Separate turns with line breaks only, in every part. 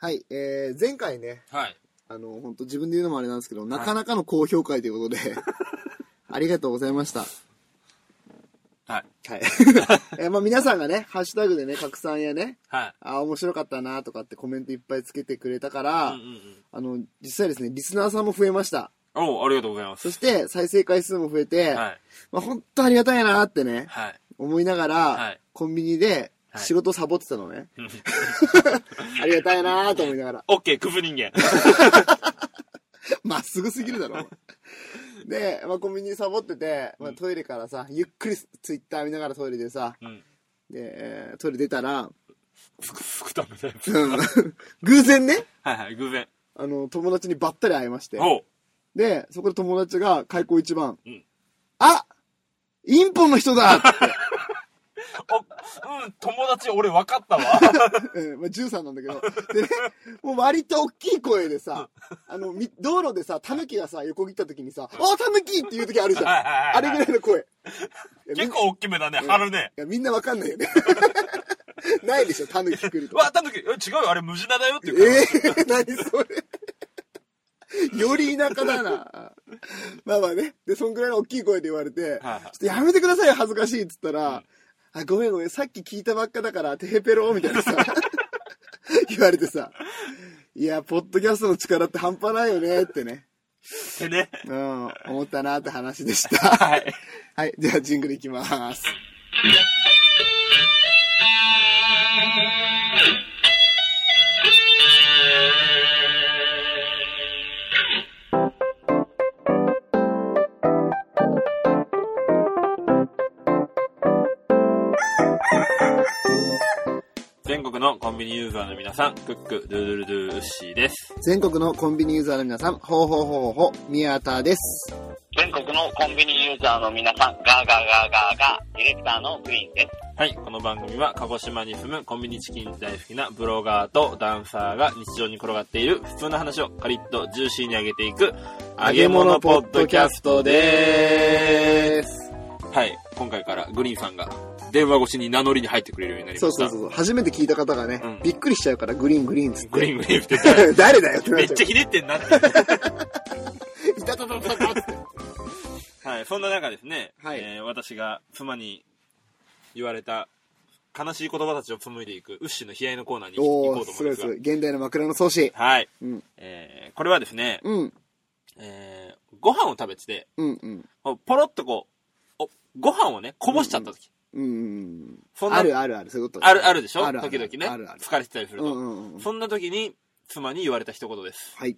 はい、えー、前回ね、
はい。
あの、本当自分で言うのもあれなんですけど、なかなかの高評価ということで、 ありがとうございました。は
はい。
い。 えーまあ皆さんがね、ハッシュタグでね、拡散やね、
はい。
あー面白かったなとかってコメントいっぱいつけてくれたから、
うんうんうん。
あの、実際ですね、リスナーさんも増えました。
おうありがとうございま
そ
す。
して、再生回数も増えて、
はい。
まあ本当ありがたいなってね、
はい。
思いながら、
はい
コンビニで
はい
仕事サボってたのね。 ありがたいなーと思いながら。
オッケー、クズ人間。
まっすぐすぎるだろ。お前で、まあ、コンビニサボってて、まあ、トイレからさ、ゆっくりツイッター見ながらトイレでさ、
うん。
で、えートイレ出た ら、
つくつくためだよ。
うん偶然ね、
はいはい、偶然。
あの、友達にばったり会いまして、
おう
で、そこで友達が開口一番、
うん
あインポの人だって
お、うん、友達俺分かったわ。
うんまあ、13なんだけど。でね、もう割と大きい声でさ、あの、み道路でさ、タヌキがさ、横切った時にさ、あ、タヌキっていう時あるじゃん。
はいはいはい
あれぐらいの声。いやみん
結構大きめだね、張るね。
いやみんなわかんないよ ね。ないでしょ、タヌキ来る
う
と。
わ、たぬき、え違うよ、あれ無地なだよって
え
いうか
ー、何それ。より田舎だな。まあまあね。で、そんぐらいの大きい声で言われて、
はい
ちょっとやめてくださいよ、恥ずかしいっつったら、あ、ごめんごめん、さっき聞いたばっかだから、テヘペロみたいなさ、 言われてさ、いや、ポッドキャストの力って半端ないよねってね、
ってね。
うん、思ったなって話でした。
はい。
はい、じゃあジングルいきます。
全国のコンビニユーザーの皆さん、クック、ドゥドゥルドゥーッシーです。
全国のコンビニユーザーの皆さん、ほうほうほうほう、宮田です。
全国のコンビニユーザーの皆さん、ガーガーガーガーガー、ディレクターのグリーンです。
はい、この番組は鹿児島に住むコンビニチキン大好きなブロガーとダンサーが日常に転がっている普通の話をカリッとジューシーに上げていく揚げ物ポッドキャストでーす。はい、今回からグリーンさんが電話越しに名乗りに入ってくれるようになり
そ
ま
う
した。
そうそうそう。初めて聞いた方がね、
うん
びっくりしちゃうから、グリーングリーンっつって。
グリーングリーンって
誰だよってな
め
っ
っ
ちゃう。
ちゃひねってんなって。
いたたたたたって。
はい、そんな中ですね、
はい
えー私が妻に言われた悲しい言葉たちを紡いでいくウッシーの悲哀のコーナーに行
お
こ
ー、
うと思
す
うん
ご
で
い
す
すご
が
い。現代の枕の創始。
はい、
うん。
えーこれはですね、
うん。
えーご飯を食べてて、
うんうん。
こうポロッとこう、おご飯をね、こぼしちゃった時。
うんうんう
そん
ん。
な
あるあるある、そういうこと。
ある、あるでしょ
あるある
時々ね
あるある
疲れてたりする
う
と、
んうんうん。
そんな時に、妻に言われた一言です。
はい。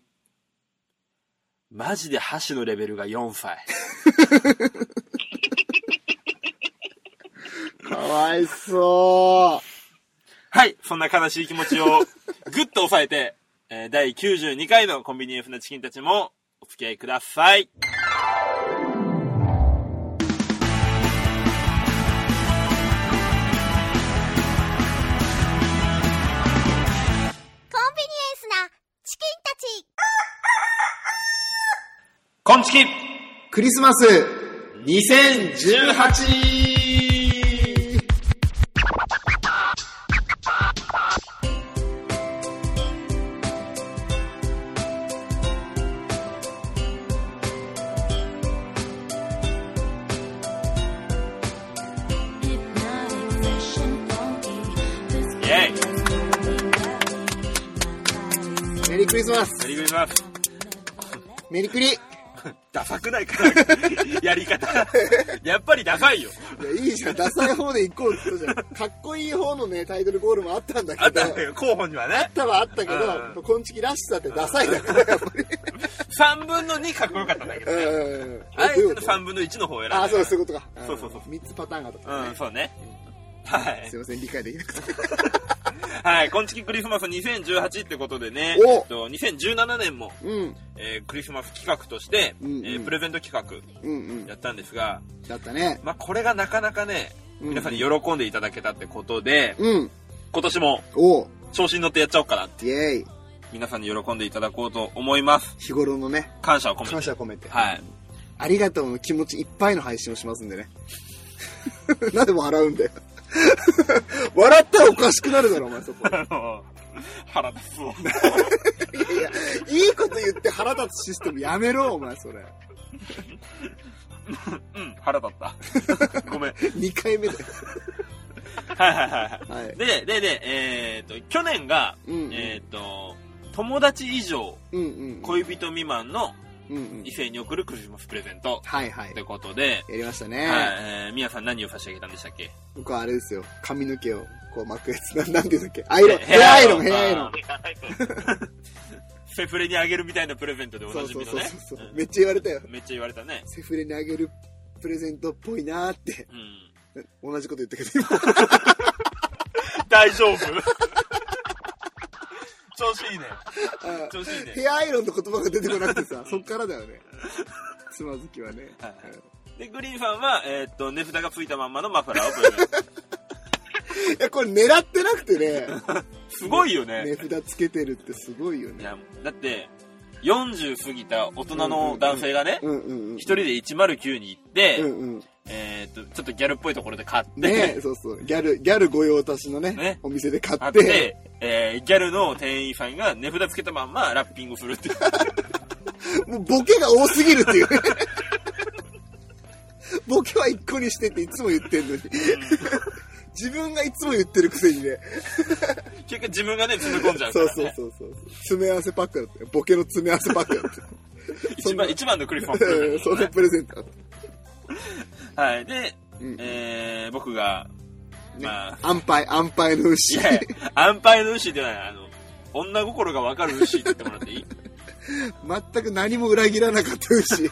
マジで箸のレベルが4歳。
かわいそ
はい、そんな悲しい気持ち をぐっと抑えて、えー第92回のコンビニエンスなチキンたちもお付き合いください。
コンビニエンスなチキンたち
こんチキン
うクリスマス
2018! イェイ
メリークリスマス
メリークリスマス
メリクリい
ダサくないかな やり方。 やっぱりダサいよ。
や、いいじゃん。ダサい方で行こうって言ったじゃん。かっこいい方のね、タイトルゴールもあったんだけ
あっ
ど
たん。だよ、候補にはね。
多分あったけ
う
ど、こんちきらしさってダサいだから、やっぱり。
3分の2かっこよかったんだけど
う
ね。
んうんうん。
あえて
どうい
の
うこと
3分の1の方を選んだ。
あ、そうそういうことか。
そうそうそう
3つパターンがあったから
うん、そうね。はい
すい。ません、理解できなくて。
はい、こんちきクリスマス2018ってことでね、
お
えっと、2017年も、
うん、
えークリスマス企画として、
うんうん
えープレゼント企
うん、うん
画。やったんですが、
だったね。
まあ、これがなかなかね、
うん
皆さんに喜んでいただけたってことで、
うん。
今年も
おう
調子に乗ってやっちゃおうかな。
イェイ。
皆さんに喜んでいただこうと思います。
日頃のね、
感謝を込め
感
て。
謝込めて。
はい。
ありがとうの気持ちいっぱいの配信をしますんでね。 なんで笑うんだよ。笑ったらおかしくなるだろ、お前そこ。
あの、 腹立つ わ。
いや、いいこと言って腹立つシステムやめろ、お前、それ。
うん、腹 立った。ごめん。
2回目で。
はいはいはいは
はい
い。。で、で、で、えっと、去年が、
うんうん
えっと、友達以上、
うんうん。
恋人未満の
うんうん
異。性に送るクリスマスプレゼント。
はいはい
って。ことで、
やりました
は
ね。
い、えー、みやさん何を差し上げたんでしたっけ
僕はあれですよ。髪の毛をこう巻くやつ。ななんていうんだっけアイロン。
ヘ
ヘ
ア
ア
ア
ア
イ
イ
ロ
ロ
ン
ン、ヘアアイロン。
セフレにあげるみたいなプレゼントでお
そ
な
う
じ
そう
みの
そう
ね。
そう。
うん
めっちゃ言われたよ。
めっちゃ言われたね。
セフレにあげるプレゼントっぽいなーって。
うん。
同じこと言ったけど、今。
大丈 夫調子いいね。
あ
調子いいね。
ヘアアイロンの言葉が出てこなくて さ、そっからだよね。つまずきはね。
はい
うん
で、グリーンさんは、えーっと、値札がついたまんまのマフラーをプ レゼント。
いや、これ狙ってなくてね、
すごいよね。
値札つけてるってすごいよ
い
ね。
や、だって、40過ぎた大人の男性がね、
うんうんうん。
一人で109に行って、
うんうん。
えーっと、ちょっとギャルっぽいところで買って、
ねそうそう。ギャル、ギャル御用達のね、
ね
お店で買
買
っ。
ってて、えーギャルの店員さんが値札つけたまんまラッピングするっ ていう。
もうボケが多すぎるっていうね。ボケは一個にしてっていつも言ってんのに。自分がいつも言ってるくせにね。
結局自分がね、詰め込んじゃうか
そう
ら、ね。
そうそうそう。詰め合わせパックだったよ。ボケの詰め合わせパックだっ たよ。
一番、一番のクリスマスプレゼ
うん
ン
そ
ト
んな
ね。
プレゼントだった。
はい。で、
うん
えー、僕が、
ね
まあ、
安牌、安牌の
い
牛。
やいや、安牌の牛ではない、あの、女心がわかる牛って言ってもらっていい
全く何も裏切らなかった牛。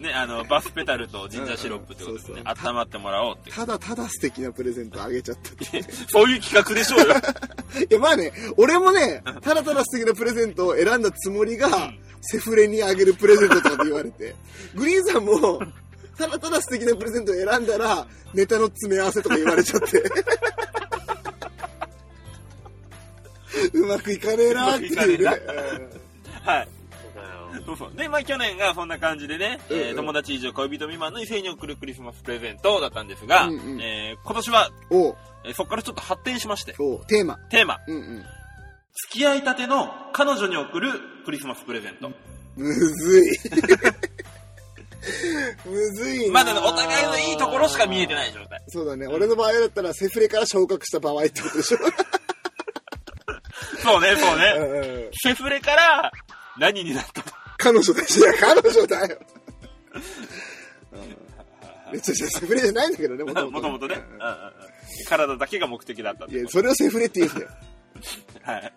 ね、あの、バスペタルとジンジャーシロップってことです
うんう
ね
ん。そうそ
温まってもらおうっていう。
ただただ素敵なプレゼントあげちゃったっていう。
そういう企画でしょうよ。
いや、まあね、俺もね、ただただ素敵なプレゼントを選んだつもりが、セフレにあげるプレゼントとかって言われて、 グリーンさんも、ただただ素敵なプレゼントを選んだら、ネタの詰め合わせとか言われちゃって。 うまくいかねえなっていう
うま
ね
くい。 はい。そうそう。で、まあ去年がそんな感じでね、えー
うんうん
友達以上恋人未満の異性に送るクリスマスプレゼントだったんですが、
うんうん
えー今年は、
うんおう、
えーそこからちょっと発展しまして、
おう、テーマ。
テーマ、
うんうん。
付き合いたての彼女に送るクリスマスプレゼント。
むずい。 むずいな。
まだね、お互いのいいところしか見えてない状態。
そうだね。俺の場合だったら、セフレから昇格した場合ってことでしょ。
そうね、そう
うん
ね。
うん
セフレから、何になったか。
彼女だし、いや、彼女だよ。うん別にセフレじゃないんだけどね、もとも
も
と。
ともとね。うんうんうん体だけが目的だったって
いや
こ、と
それをセフレって言うんだよ。
はい。
ん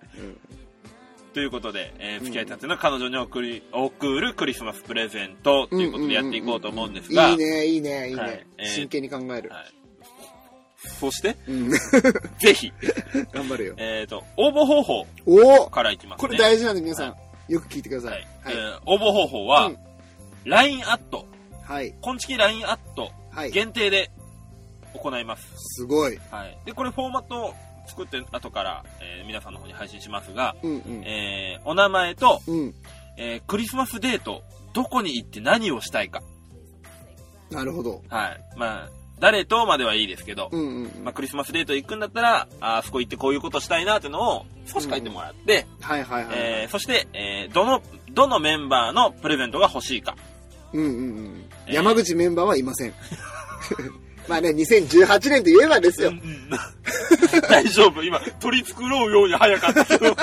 ということで、えー付き合いたての彼女に送り、送るクリスマスプレゼントということでやっていこうと思うんですが、
いいね、いいね、いいね。
はいえー
真剣に考える。
はい、そして、
うん。
ぜひ、
頑張るよ。
えっ、と、応募方法
おお
からいきますね。
これ大事なんで皆さん、
は
よく聞いてくださ
はいい。
はい。
えー応募方法は、
うん
LINE アット、
はい。
今月 LINE アット
はい。
限定で行います。
すごい。
はい。で、これフォーマットを作って後から、えー皆さんの方に配信しますが、
うんうん。
えーお名前と、
うん。
えークリスマスデート、どこに行って何をしたいか。
なるほど。
はい。まあ、誰とまではいいですけど、
うんうんうん。
まあ、クリスマスデート行くんだったら、あーそこ行ってこういうことしたいなっていうのを少し書いてもらって、
はいはいはい。
えーそして、えーどの、どのメンバーのプレゼントが欲しいか。
うんうんうん。
えー
山口メンバーはいません。 まあね、2018年といえばですよ。
大丈夫今、取り繕うように早かっ たけど。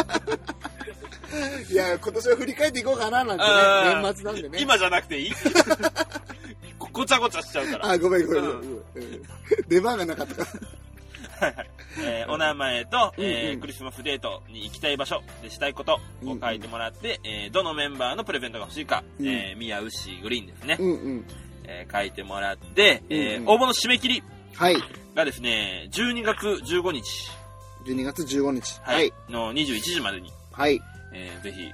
いや、今年は振り返っていこうかななんて
あ
ね、
ー
年末なんでね。
今じゃなくていい ごごちゃごちゃしちゃうから。
あ、ごめんごめん。
う
うんんうん出番がなかったから。
えーお名前と、
う
え
んう
ー
ん
クリスマスデートに行きたい場所でしたいことを書いてもらって、えーどのメンバーのプレゼントが欲しいか、
うん
えー、宮牛グリーンですね、
うんうん。
えー書いてもらって、えー
うんうん
応募の締め切り
はい。
がですね、12月15日、
12月15日。
は
はいい。
の21時までに、
はい。
えーぜひ、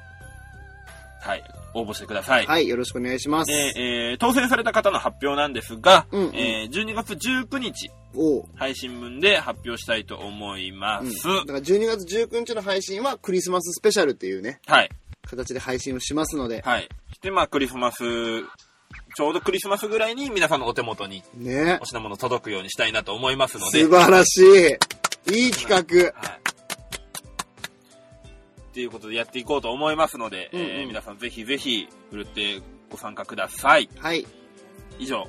はい、応募してください。
はい。よろしくお願いします
で。えー当選された方の発表なんですが、
うんうん
えー12月19日
おう。
配信分で発表したいと思いま
うん。だ
す。
から12月19日の配信はクリスマススペシャルっていうね、
はい。
形で配信をしますので。
はい。で、まあ、クリスマス、ちょうどクリスマスぐらいに皆さんのお手元に
ね
お。品物届くようにしたいなと思いますので。
素晴らしい。いい企画。
はい。っていうことでやっていこうと思いますので、
うんうん
えー皆さんぜひぜひ、ふるってご参加ください。
はい。
以上、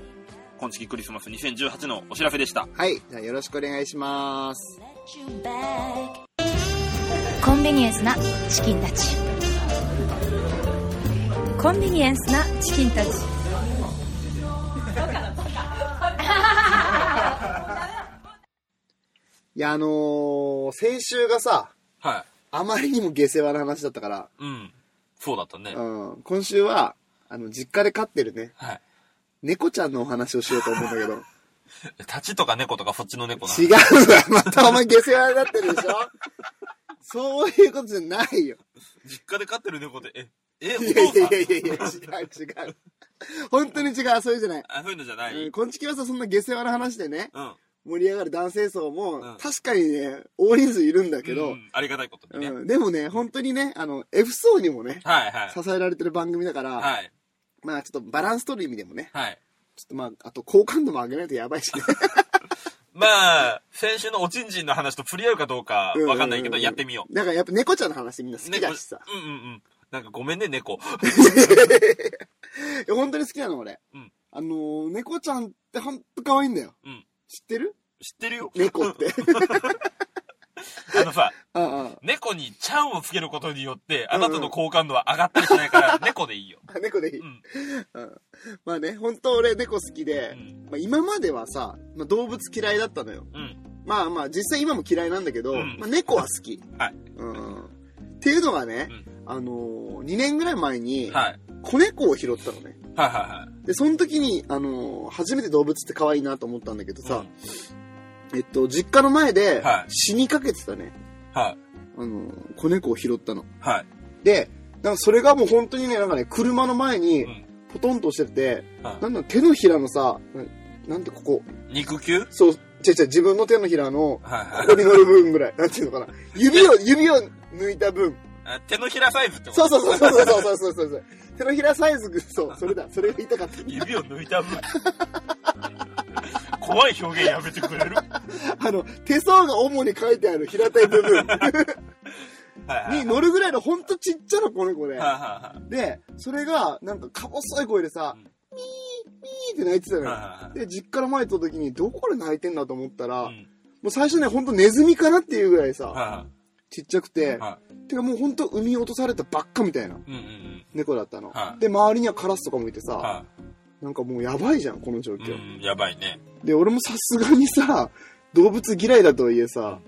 今月クリスマス2018のお知らせでした。
はい。じゃあよろしくお願いします。
コンビニエンスなチキンたちコンビニエンスなチキンたち
いや、あのー、先週がさ、
は
あまりにも下世話な話だったから、
い。うん。そうだったね。
うん、今週は、あの、実家で飼ってるね、
はい。
猫ちゃんのお話をしようと思うんだけど、
立ちとか猫とかそっちの猫なの
違うわ、またお前下世話になってるでしょそういうことじゃないよ。
実家で飼ってる猫で、え、え、お
いやい
父さ
やい
ん
やいやいや、違う違う。本当に違う、そういうじゃない。
あ、そういうのじゃない。
うん、こんちきはさ、そんな下世話な話でね、
うん。
盛り上がる男性層も、
うん
確かにね、大人数いるんだけ
う
ど、
んありがたいこと
う
にね。
んでもね、本当にね、あの、F 層にもね、
はいはい。
支えられてる番組だから、
はい。
まあちょっとバランス取る意味でもね、
はい。
ちょっとまあ、あと好感度も上げないとやばいしね。
まあ、先週のおちんちんの話と釣り合うかどうか わかんないけど、やってみよ
う。だからやっぱ猫ちゃんの話みんな
う。
好きだしさ。
うんうんうん。なんかごめんね、猫。
いや本当に好きなの俺。
うん
あのー、猫ちゃんってほんと可愛いんだよ。
うん
知ってる
知ってるよ。
猫 って。
あのさ、
ああ
猫にちゃんをつけることによって、あなたの好感度は上がったりしないから、猫でい いよ。
あ猫でいい、
うん
うんまあね、本当俺猫好き
う
で、
ん。
まあ、今まではさ、まあ、動物嫌いだったのよ。
うん。
まあまあ、実際今も嫌いなんだけど、
うん
まあ、猫は好き。
はい
うん。っていうのがね、
うん
あのー、2年ぐらい前に、
はい。
子猫を拾ったのね。
はいは
で、その時に、あのー初めて動物って可愛いなと思ったんだけど
いは
さ
い。、
えっと、実家の前で
は、い
死にかけてたね、
うんはい。
あのー子猫を拾ったの。
はい。
で、なんかそれがもう本当にね、なんかね、車の前に
うん、
ポトンとしてて、
はい
なんだ、手のひらのさ、ななんてここ、
肉球
そう、違う違う、自分の手のひらの、
はい
こ
はい
こに乗る分ぐらい、なんていうのかな、指を、指を抜いた分、
あ。手のひらサイズってこと
そうそうそうそうそうそうそうそうそう、手のひらサイズ、そう、それだ、それが言いたかった。
指を抜いた分怖い表現やめてくれるは
あの、手相が主に書いてある平たい部分
いはい
に乗るぐらいのほんとちっちゃな子猫で
はい。は
で、それが、なんか、か細い声でさ
うん、
ミー、ミーって泣いてた
い
のよ。
は
で、実家の前に行った時に、どこで泣いてんだと思ったら、
いは
も
いうん
う最初ね、ほんとネズミかなっていうぐらい
は
さ、
いは
ちっちゃくて
い、は
てかもうほんと産み落とされたばっかみたいない
うんうんうん
猫だったの
は。い
で、周りにはカラスとかもいてさ、
は
なんかもうやばいじゃん、この状
い
況。
うんやばいね
で、俺もさすがにさ、動物嫌いだとはいえさ、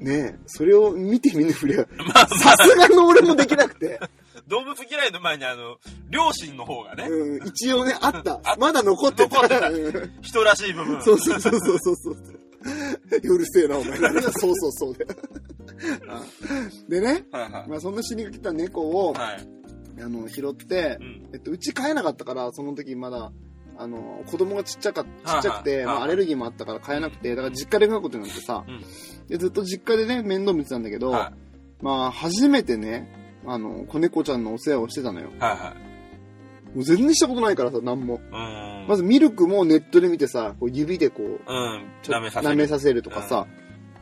ねえ、それを見てみぬふりは、 さすがの俺もできなくて、
動物嫌いの前にあの両親の方がね
うん、一応ね、あった。まだ残って
残って
た。
た
うん
人らしい部 分
そうそうそうそうそうそう。 うるせえな、お 前。そうそうそうで。あでね、
はいはい
まあ、そんな死にかけた猫を、
はい
あの、拾って
う、ん
えっと、うち飼えなかったから、その時まだ、あの、子供がちっちゃか、ちっちゃく
はいは
て、
い
ま
は
あ、
い
アレルギーもあったから飼えなくて、だから実家で飼うことになってさ
うん、
で、ずっと実家でね、面倒見てたんだけど、
は
まあ、初めてね、あの、子猫ちゃんのお世話をしてたのよ。
いはいはい
もう全然したことないからさ、なんも。
うーん
まずミルクもネットで見てさ、こう指でこう、
うん
ちょ
舐めさせ
舐め
る
させるとかさ、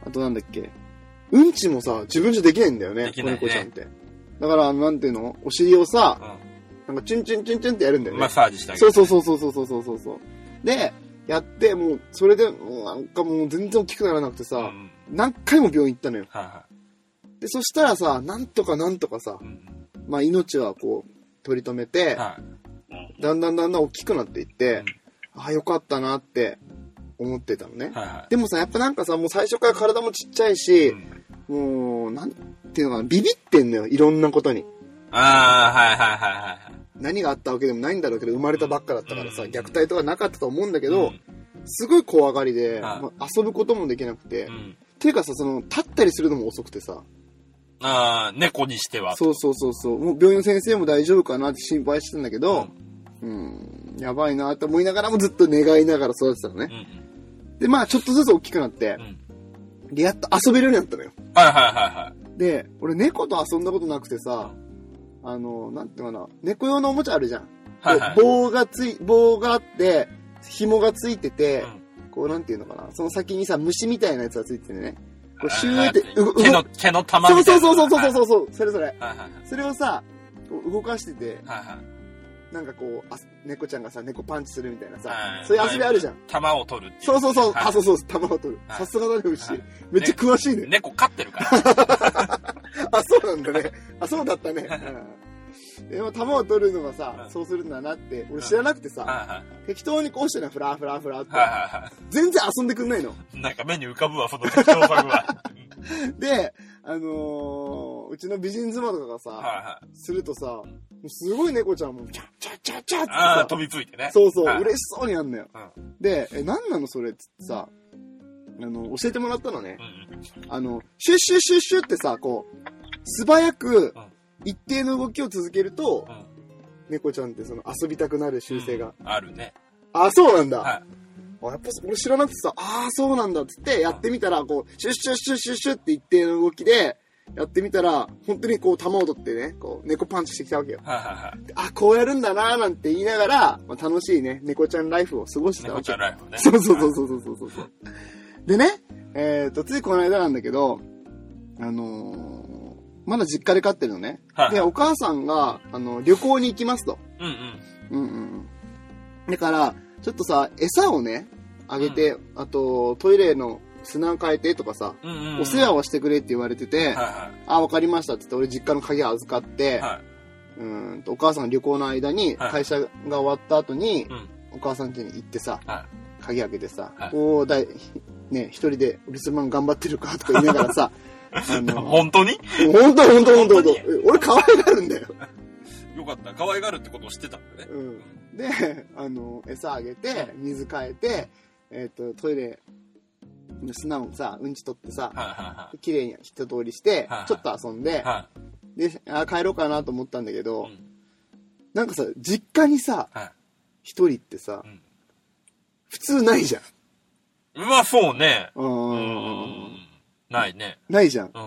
あとなんだっけ、うんちもさ、自分じゃできないんだよね、
でき
子
ないね
猫ちゃんって。だから、なんていうのお尻をさ、
う
なんかチュンチュンチュンチュンってやるんだよ
ん
ね。
マッサージしてあげ
そう
る
そうそうそうそうそうそうそう。で、やって、もう、それで、もうなんかもう全然大きくならなくて
うんは
さ、
い
何回も病院行ったのよ。
は
で、そしたらさ、なんとかなんとかさ
い、うん
まあ命はこう、取り留めて、
はい
だんだんだんだん大きくなっていって、ああ、よかったなって思ってたのね。
はいは
でもさ、やっぱなんかさ、もう最初から体もちっちゃいし、
いうん
もう、なんていうのかな、ビビってんのよ、いろんなことに。
ああはいはいはいはいはい
何があったわけでもないんだろうけど、生まれたばっかだったからさ、
うん
虐待とかなかったと思うんだけ
け
ど、すごい怖がりで、
はい
まあ遊ぶこともできなくて、
うん
ていうかさ、その、立ったりするのも遅くてさ、
ああ猫にしては
そうそうそうそう、もう病院の先生も大丈夫かなって心配してたんだけど、うん、やばいなって思いながらもずっと願いながら育てたの
う
ね。
ん
で、まあ、ちょっとずつ大きくなって
うんう、ん
で、やっと遊べるようになったのよ。
はいはいはいはい
で、俺猫と遊んだことなくてさ、あの、なんていうのかな、猫用のおもちゃあるじゃん。
はいはい
こう棒がつい、棒があって、紐がついてて、こうなんていうのかな、その先にさ、虫みたいなやつがついててね。こうシューってう
毛の、
動
毛の玉
そう
み
そ
たいうな。
そうそうそうそうそうそれそれ
はいはい
それをさこう動かしてて
はいはい。
なんかこうあ猫ちゃんがさ猫パンチするみたいなさ
はい
そういう遊びあるじゃん
玉を取るってい
そうそうそう
はい
あそうそう玉を取る
はい
さすがだね牛
はい
めっちゃ詳しいね
猫飼って るから。
あそうなんだねあそうだった ねうんでも玉を取るのがさ
うん
そうするんだなって俺知らなくてさ
はいはい
適当にこうしてなフラフラフラって
はいはいは
全然遊んでくんないの
い。なんか目に浮かぶわ、その適当さ具合。は
で、あのーうちの美人妻とかがさ、
いは
するとさ、すごい猫ちゃんも、チャッチャッチャッチャッっ
い。ああ、
て
飛
さ、
びついてね。
そうそう、
はい
嬉しそうにやんのよ。で、え、なんなのそれっつってさ、あの、教えてもらったのね
う。ん
あの、シュッシュッシュッシュッってさ、こう、素早く
うん、
一定の動きを続けると
う、ん。
猫ちゃんってその遊びたくなる習性が。
うん。あるね。
あ、そうなんだ。
はい
あやっぱ俺知らなくてさ、ああ、そうなんだっつってやってみたら、こう、シュッシュッシュッシュッシュッって一定の動きで、やってみたら、本当にこう、玉を取ってね、こう、猫パンチしてきたわけよ。
はいはいはい。
であ、こうやるんだなーなんて言いながら、まあ、楽しいね、猫ちゃんライフを過ごしてた
猫
わけ
ちゃん。ライフね。
そうそうそううそうそうそうそう。でね、えっ、と、ついこの間なんだけど、あのーまだ実家で飼ってるのね。
はい
で、お母さんが、あの、旅行に行きますと。
んうん。
うんうんうん。だから、ちょっとさ、餌をね、あげて、あと、トイレの砂を変えてとかさ、
うんうんうん。
お世話
を。
をしてくれって言われてて、
は
あ、わかりましたって言って、俺実家の鍵預かって、
いはい。は
うーんと、お母さんが旅行の間に、
はい
会社が終わった後に
い。う、ん。
お母さん家に行ってさ、
は
鍵開けてさ、
はい
おーだい、ね、一人でお留守番頑張ってるかとか言いながら さ、あ
い。
の、ほん
本当に
とほんとほんとほんと
本当に
俺可愛がるんだよ。
よかった。可愛がるってことを知ってたんだね。
うん。で、 あの、餌あげて、水変えて、えっ、と、トイレの砂をさ、うんち取ってさ、
はいは
綺麗に一通りして
は、い
ちょっと遊んで
いはい。、は
で、あ帰ろうかなと思ったんだけど、
い。うん
なんかさ、実家にさ、
はい。
一人ってさ、
うん
普通ないじゃん。
まあそうね。
うー。。
うんないね。
ないじゃん。
う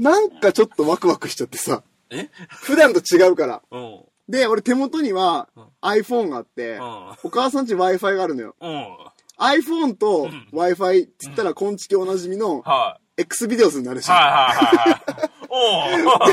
ん。
なんかちょっとワクワクしちゃってさ、
え
普段と違うから。
うん。
で、俺手元には
うん
iPhone があって
う、ん。
お母さんち Wi-Fi があるのよ。
うん。
iPhone と
うん
Wi-Fi っつったら、こんちきおなじみの
は
X ビデオスになる
い。はい
し。
はいはいは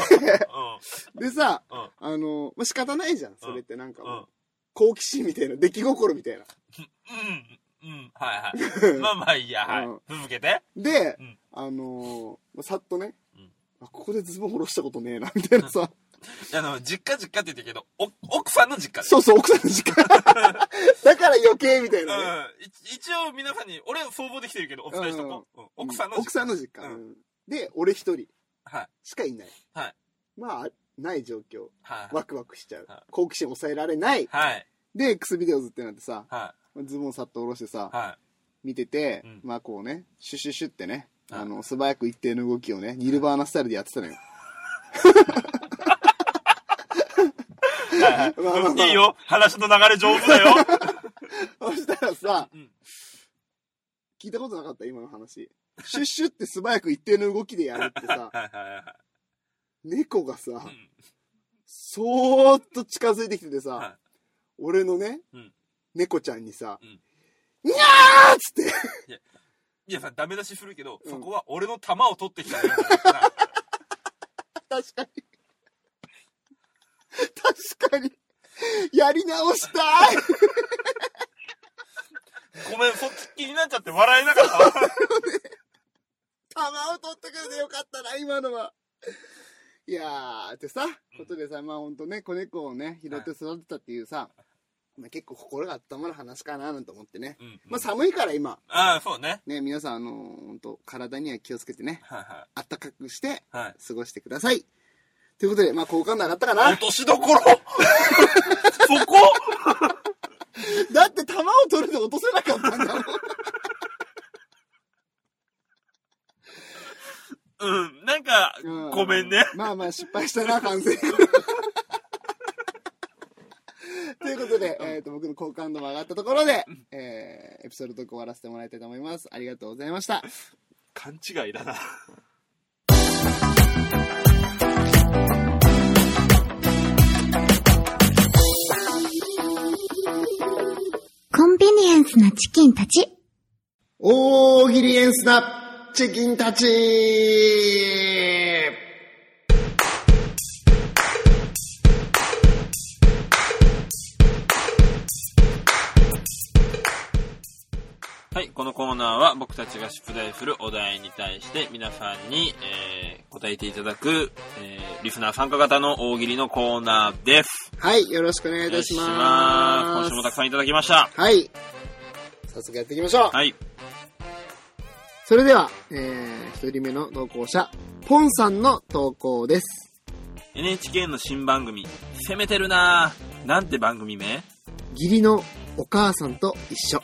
い。
でさ、
うん。うん。
あの、まあ、仕方ないじゃん。それってなんか
うん
もう、。好奇心みたいな、出来心みたいな。
うん。うん。は いはい。まあまあいいや。はい
うん。
続けて。
で
うん、
あのーまあさっとね
うん、
あここでズボン下ろしたことねえな、みたいなさ。
あの、実家実家って言ってるけど、お奥さんの実家です。
そうそう、奥さんの時間。 だから余計みたいうなね。
ん。一一応皆さんに、俺は想像できてるけど、お伝えしとこう。うん奥さんの
う
実
奥さんの実家。
う
うんんで、俺一人
家。はい。
しかいない。
はい。
まあ、ない状況。
はい。
ワクワクしちゃう
はい。
好奇心抑えられない。
はい。
で、X ビデオズってなってさ、
は
ズボンさっと下ろしてさ
い。、は
見てて
うん、
まあこうね、シュシュシュってね、
はい
あの、素早く一定の動きをね、ニルバーナスタイルでやってた のよ。
いはい
まあまあ
は
まあ
い。いいよ。話の流れ上手だ よ。
そしたらさ
うん、
聞いたことなかった今の話。シュッシュって素早く一定の動きでやるってさ、
はいはいはい。
猫がさ、
うん
そーっと近づいてきててさ、
はい
俺のね、
うん
猫ちゃんにさ、
うん
にゃーっつって、
いやさ、ダメ出しするけど、
うん
そこは俺の玉を取ってきたんだからな
確かに。確かに。やり直したい
ごめん、そっち気になっちゃって笑えなかったわ。
玉を取ってくれてよかったな、今のは。いやー、ってさ、ことでさ、まあほんとね、子猫をね、拾って育てたっていうさ、まあ、結構心が温まる話かな、なんて思ってね。
うん
まあ寒いから今、
ああ、そうね。
ね、皆さん、あのー、ほんと、体には気をつけてね、
は
あったかくして、
いはい。はい。
過ごしてください。ということで、まあ、好感度上がったか
落
な
としど ころそこ
だって、球を取るで落とせなかったんだもん。
うん、なんか、
う
ごめんね。。
まあまあ、失敗したな、完 成。ということで、えっ、と、僕の好感度も上がったところで、えー、エピソードトーク終わらせてもらいたいと思います。ありがとうございました。
勘違いだな。
コンビニエンスなチキンたち。
大喜利エンスだチキンたち
はい、このコーナーは僕たちが出題するお題に対して皆さんに、えー答えていただく、えーリスナー参加型の大喜利のコーナーです。
はい、よろしくお願いいたし
お願いしま
ます
今週もたくさんいただきました。
す。はい。早速やっていきましょう。
はい。
それでは、えー、一人目の投稿者、ポンさんの投稿です。
NHK の新番組、攻めてるなぁ。なんて番組名
義理のお母さんと一緒。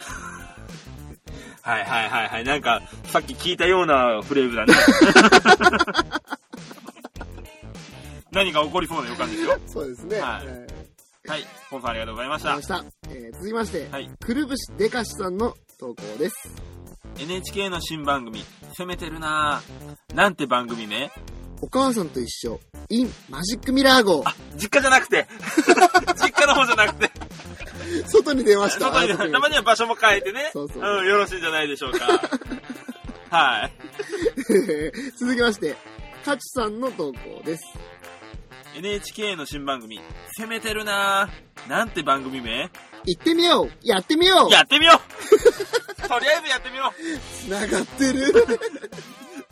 はいはいはいはい。なんか、さっき聞いたようなフレーズだ ね。何か起こりそうな予感ですよ。
そうですね。
はい
え
はい。ポンさんありがとうございまし
ーあり
た
まし。た。えー、続きまして、
はい
くるぶしでかしさんの投稿です。
NHK の新番組、攻めてるなぁ。なんて番組名
お母さんと一緒、in マジックミラー号。
あ、実家じゃなくて。 実家の方じゃなくて。
外に出ました。
外に
あの時
たまには場所も変えてね。、
そうそうん
よろしいんじゃないでしょう か。はい。
続きまして、カチさんの投稿です。
NHK の新番組、攻めてるなぁ。なんて番組名
行ってみようやってみよう
やってみよう とりあえずやってみよう
繋がって る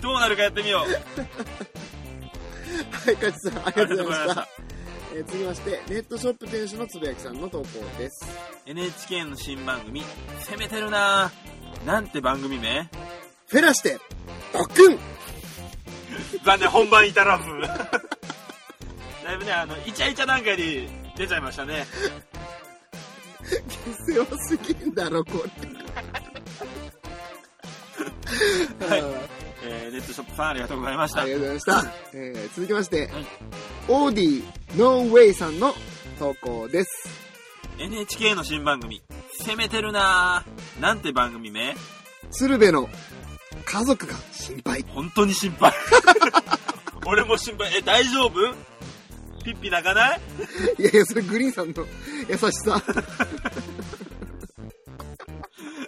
どうなるかやってみよう
はい、カチさん、あ
あ
り
り
がとう
がとう
ご
ご
ざ
ざ
い
い
ま
ま
し
した
えー
た。
続きまして、ネットショップ店主のつぶやきさんの投稿です。
NHK の新番組「攻めてるなぁ」なんて番組名
フェラして、ドッ クン
残念本番至らずだいぶねあのイチャイチャ段階で出ちゃいましたね
強すぎんだろ、これ。
はい
あ
えー、ネットショップさんありがとうございまし
ーあ
た
りがとうございました。えー続きまして、
はい
オーディノーウェイさんの投稿です。
NHK の新番組「攻めてるなぁ」なんて番組名
鶴瓶の家族が心配。
本当に心 配俺も心配え大丈夫ピッピ泣かない
いやいや、それグリーンさんの優しさ。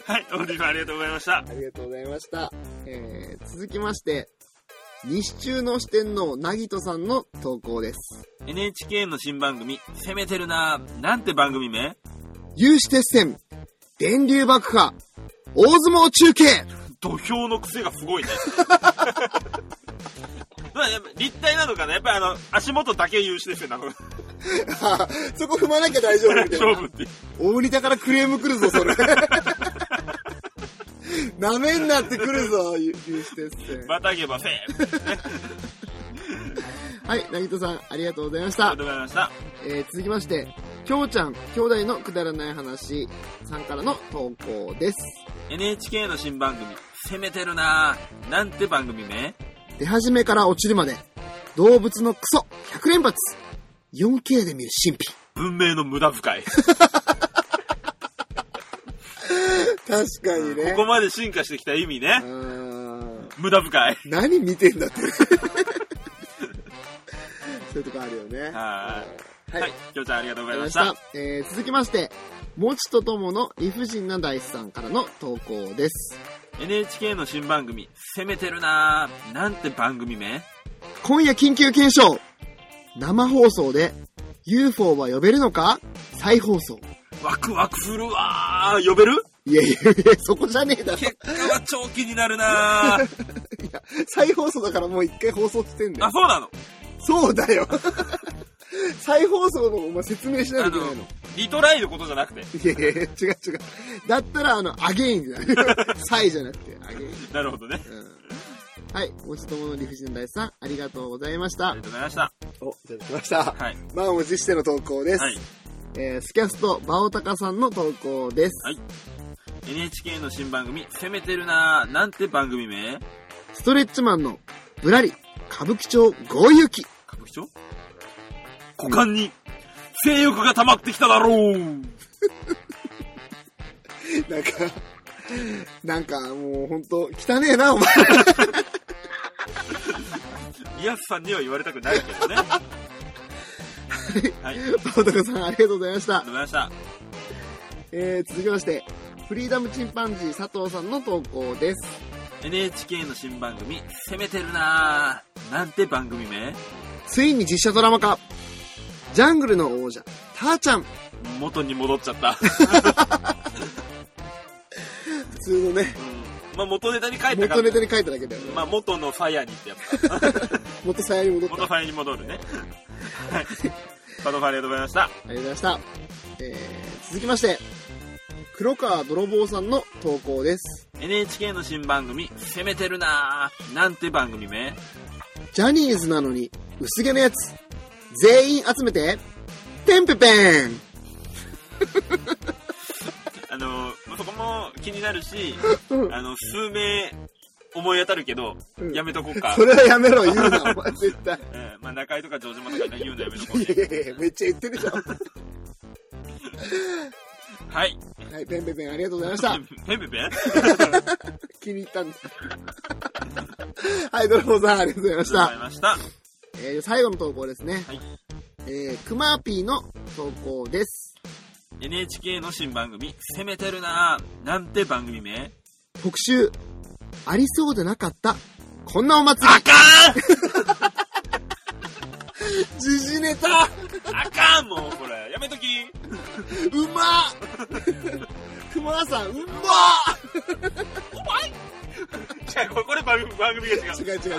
はいオーディファンありがとうございました
ありがとうございました。えー、続きまして、西中の四天王、なぎとさんの投稿です。
NHK の新番組「攻めてるなぁ」なんて番組名
有刺鉄線、電流爆破、大相撲中継
土俵の癖がすごいね まあやっぱ立体なのかなやっぱりあの足元だけ有刺ですよなの
そこ踏まなきゃ大丈夫
大丈夫っていう
大仁田からクレーム来るぞ、それ。 なめんなって来るぞ、有刺鉄線。
またげばせーあり
はい、なぎとさん、ありがとうございまし
が
た
と。うございました
えー、続きまして、きょうちゃん、兄弟のくだらない話さんからの投稿です。
NHK の新番組「攻めてるなぁ」なんて番組名
出始めから落ちるまで、動物のクソ100連発 !4K で見る神秘。
文明の無駄遣い
確かに
ここまで進化してきた意味ね
ん。
無駄遣い
何見てんだって。 そういうとこあるよね。
は
は。
はいい、きょうちゃんありがとうございまし
わ
た
かりましたえー続きまして、もちとともの理不尽な大師さんからの投稿です。
NHK の新番組「攻めてるなぁ」なんて番組名
今夜緊急検証生放送で UFO は呼べるのか再放送。
ワクワクするわー呼べる
いやいやいや、そこじゃねえ だろ。
結果は長期になるなー
いや、再放送だからもう一回放送してんだよ
あ、。そうなの
そうだよ。 再放送のお前説明しないと
あ
いけない
の
の。、
リトライのことじゃなくて。
いやいやいや違う違う。だったら、あの、アゲインじゃない。 サイじゃなくて、アゲイン。
なるほどね。
うん。はい、もちともの理不尽大さん、ありがとうございまし
あ
た
り。がとうございました。
お、いただきました。
はい。
満を持しての投稿です。
はい。
えースキャスト、バオタカさんの投稿です。
はい NHK の新番組、攻めてるなーなんて番組名
ストレッチマンの、ぶらり、歌舞伎町豪遊記。
歌舞伎町股間に、性欲が溜まってきただろう
なんか、なんかもうほんと、汚ねえな、お前。
イヤスさんには言われたくないけどね。はい。ありがとう
バオタカさん、ありがとうございました
ご。ざいました。
えー続きまして、フリーダムチンパンジー佐藤さんの投稿です。
NHK の新番組「攻めてるなぁ」なんて番組名
ついに実写ドラマ化。ジャングルの王者、ターちゃん。
元に戻っち ゃった、
普通のね、
うんまあ、元ネタに帰ったから
元ネタに書いただけだよね。
まあ、元のファイヤーにってやつだ
元さやに戻った。
元ファイヤーに戻るねはいパドファンありがとうございました
ありがとうございました。えー、続きまして、黒川泥棒さんの投稿です。
NHK の新番組「攻めてるなぁ」なんて番組名
ジャニーズなのに、薄毛のやつ、全員集めて、ペンペペン
あのまあそこも気になるしあの数名思い当たるけど、
うん
やめとこうか
そ、れはやめろ、言うな、お前絶対。
えーまあ、中井とか城島とか言うのやめとこ
いやいやいや、めっちゃ言ってるじゃん。
うはい
はい、ペンペペンありがとうございました。
ペンペンペン
気に入ったんです。はい、泥棒さんありがとうございまし
あ
た
り。がとうございまし
えー最後の投稿ですね。
はい
えー、くまぴーの投稿です。
た NHK の新番組「攻めてるなぁ」なんて番組名
特集、ありそうでなかった、こんなお祭り。
か
時事ネタ
んあかんもうこれやめときん
うまっ 熊田さん、うまっ
違うこれこれ番組番組が違う
違う違う違う違う違う違う。
あーね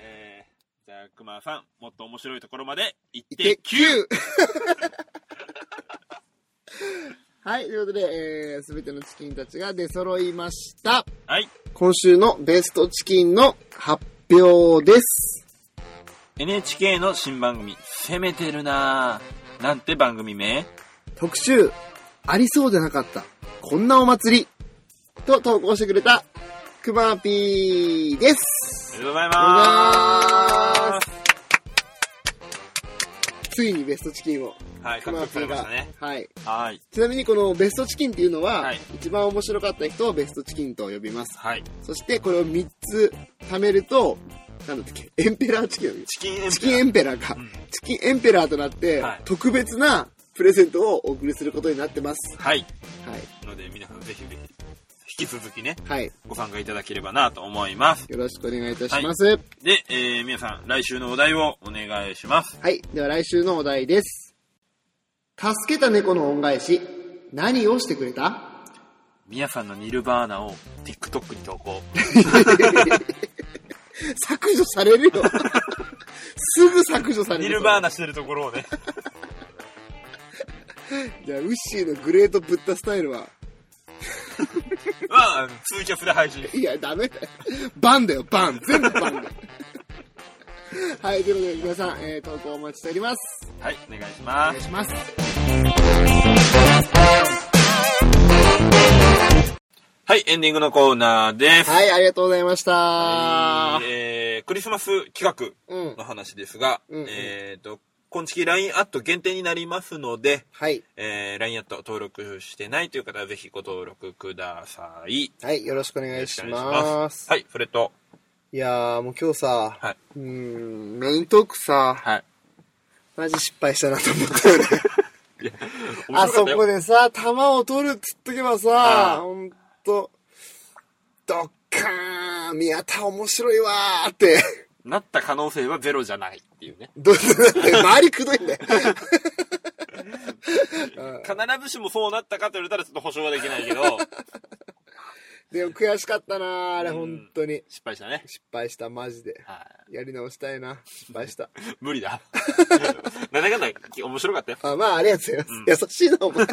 えーじゃあ熊さんもっと面白いところまで行っ
い
て
て、9! はい、ということで、えー、すべてのチキンたちが出揃いました。
はい
今週のベストチキンの発表です。
NHK の新番組「攻めてるなぁ」なんて番組名
特集、ありそうでなかった、こんなお祭り、と投稿してくれた、くまぴーです。
ありがとうござい
ありがとうございま
ます
ついにベストチキンを、
はい
く
獲
ま
得
ぴ
さ
ー
れまし
が、
たね
はい。
はい
ちなみにこのベストチキンっていうのは、
はい
一番面白かった人をベストチキンと呼びます。
はい
そしてこれを3つ貯めると、なんだっけ、エンペラーチキンだっけ
チキンエンペラー
チキンエンペラーか。
ん
チキンエンペラーとなって、
はい
特別なプレゼントをお送りすることになってます。
はい
はい。
ので皆さんぜひぜひ引き続きね
はい。
ご参加いただければなと思います
よろしくお願いいたします。はい。
で、えー、皆さん来週のお題をお願いします
では来週のお題です。助けた猫の恩返し、何をしてくれた
皆さんのニルバーナを TikTok に投稿
削除さ れるよ。すぐ削除される。
ニルバーナしてるところ をね
じゃあ、ウッシーのグレートブッダスタイルは、
はあのツイキャスで配信
いや、ダメだよ。バンだよ、バン。全部バンだよ。はい、ということで皆さん、えー投稿お待ちしております。
はいお願いし
お
ま
願い
す
します。
はいエンディングのコーナーです、
はい、ありがとうございました。
えー、クリスマス企
うん
画の話ですが、
うんうん
えっ、ー、と今月 LINE アット限定になりますので、
はい。
えー、LINE アット登録してないという方はぜひご登録ください。
はい、よろしくお願いします。
はい、それと、
いやー、もう今日さ、
はいう
ーん、メイントークさ、
はい。
マジ失敗したなと思ったよね。あそこ
で。
でさ、球を取るっつっとけばさ、
あー
ほんと、ドッカーン、宮田面白いわーって。
なった可能性はゼロじゃないっていうね。
どうだって周りくどいんだよ。
必ずしもそうなったかと言われたらちょっと保証はできない けど、
でも悔しかったなああれ本当に。
失敗したね。
失敗した、マジで。
は
やり直したいな。失敗した。
い。無理だ。 なんだかんだ面白かったよ。
あまあ、ありがとうございます。優しいな、お前。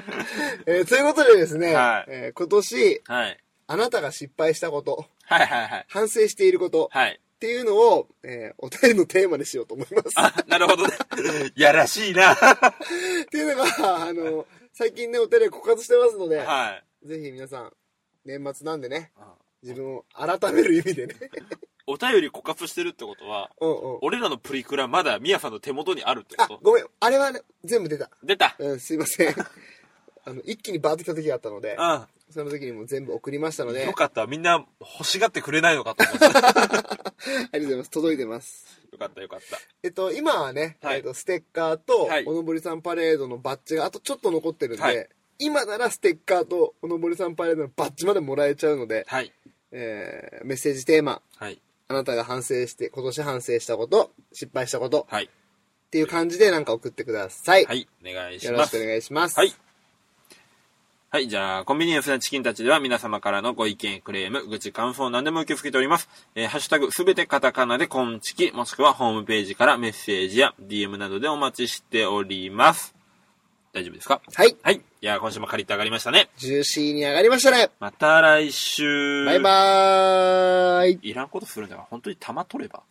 えーということでですね、
はい
えー今年、
はい。
あなたが失敗したこと、
はいはいはい。
反省していること、
はい。
っていうのを、えーお便りのテーマにしようと思います。
あ、なるほどね。 やらしいな。
っていうのが、あの、最近ね、お便りが枯渇してますので、
はい。
ぜひ皆さん、年末なんでね
うん、
自分を改める意味でね。
お便り枯渇してるってことは、
うんうん。
俺らのプリクラまだミヤさんの手元にあるって
あ
こ、と
ごめん。あれはね、全部出た。
出た。
うん、すいません。 あの、一気にバーッと来た時があったので、
う
その時にもう全部送りましたの
ん。
で、
よ
あ
かった。みんな欲しがってくれないのかと思った。
りがとうございます。届いてます。
よかったよかった。
えっと、今はね、
はい
えっと、ステッカーと、
はい
おのぼりさんパレードのバッジがあとちょっと残ってるんで、
はい
今ならステッカーとおのぼりさんパレードのバッジまでもらえちゃうので、
はい。
えーメッセージテーマ、
はい。
あなたが反省して、今年反省したこと、失敗したこと、
はい。
っていう感じでなんか送ってください。
はい。お願いし
よろ
ま
しく
す
お。願いします。
はい。はい、じゃあ、コンビニエンスなチキンたちでは皆様からのご意見、クレーム、愚痴、感想、何でも受け付けております。えーハッシュタグ、すべてカタカナでコンチキ、もしくはホームページからメッセージや DM などでお待ちしております。大丈夫ですか
はい。
はい。いやー、今週も借りて上がりましたね。
ジューシーに上がりましたね。
また来週。
バイバーイ。
いらんことするんだから、本当に玉取れ ば。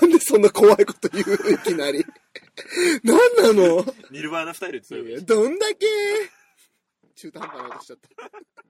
なんでそんな怖いこと言ういきなり。なんなの
ニルバーナスタイルで強い。
どんだけ中途半端なことしちゃった。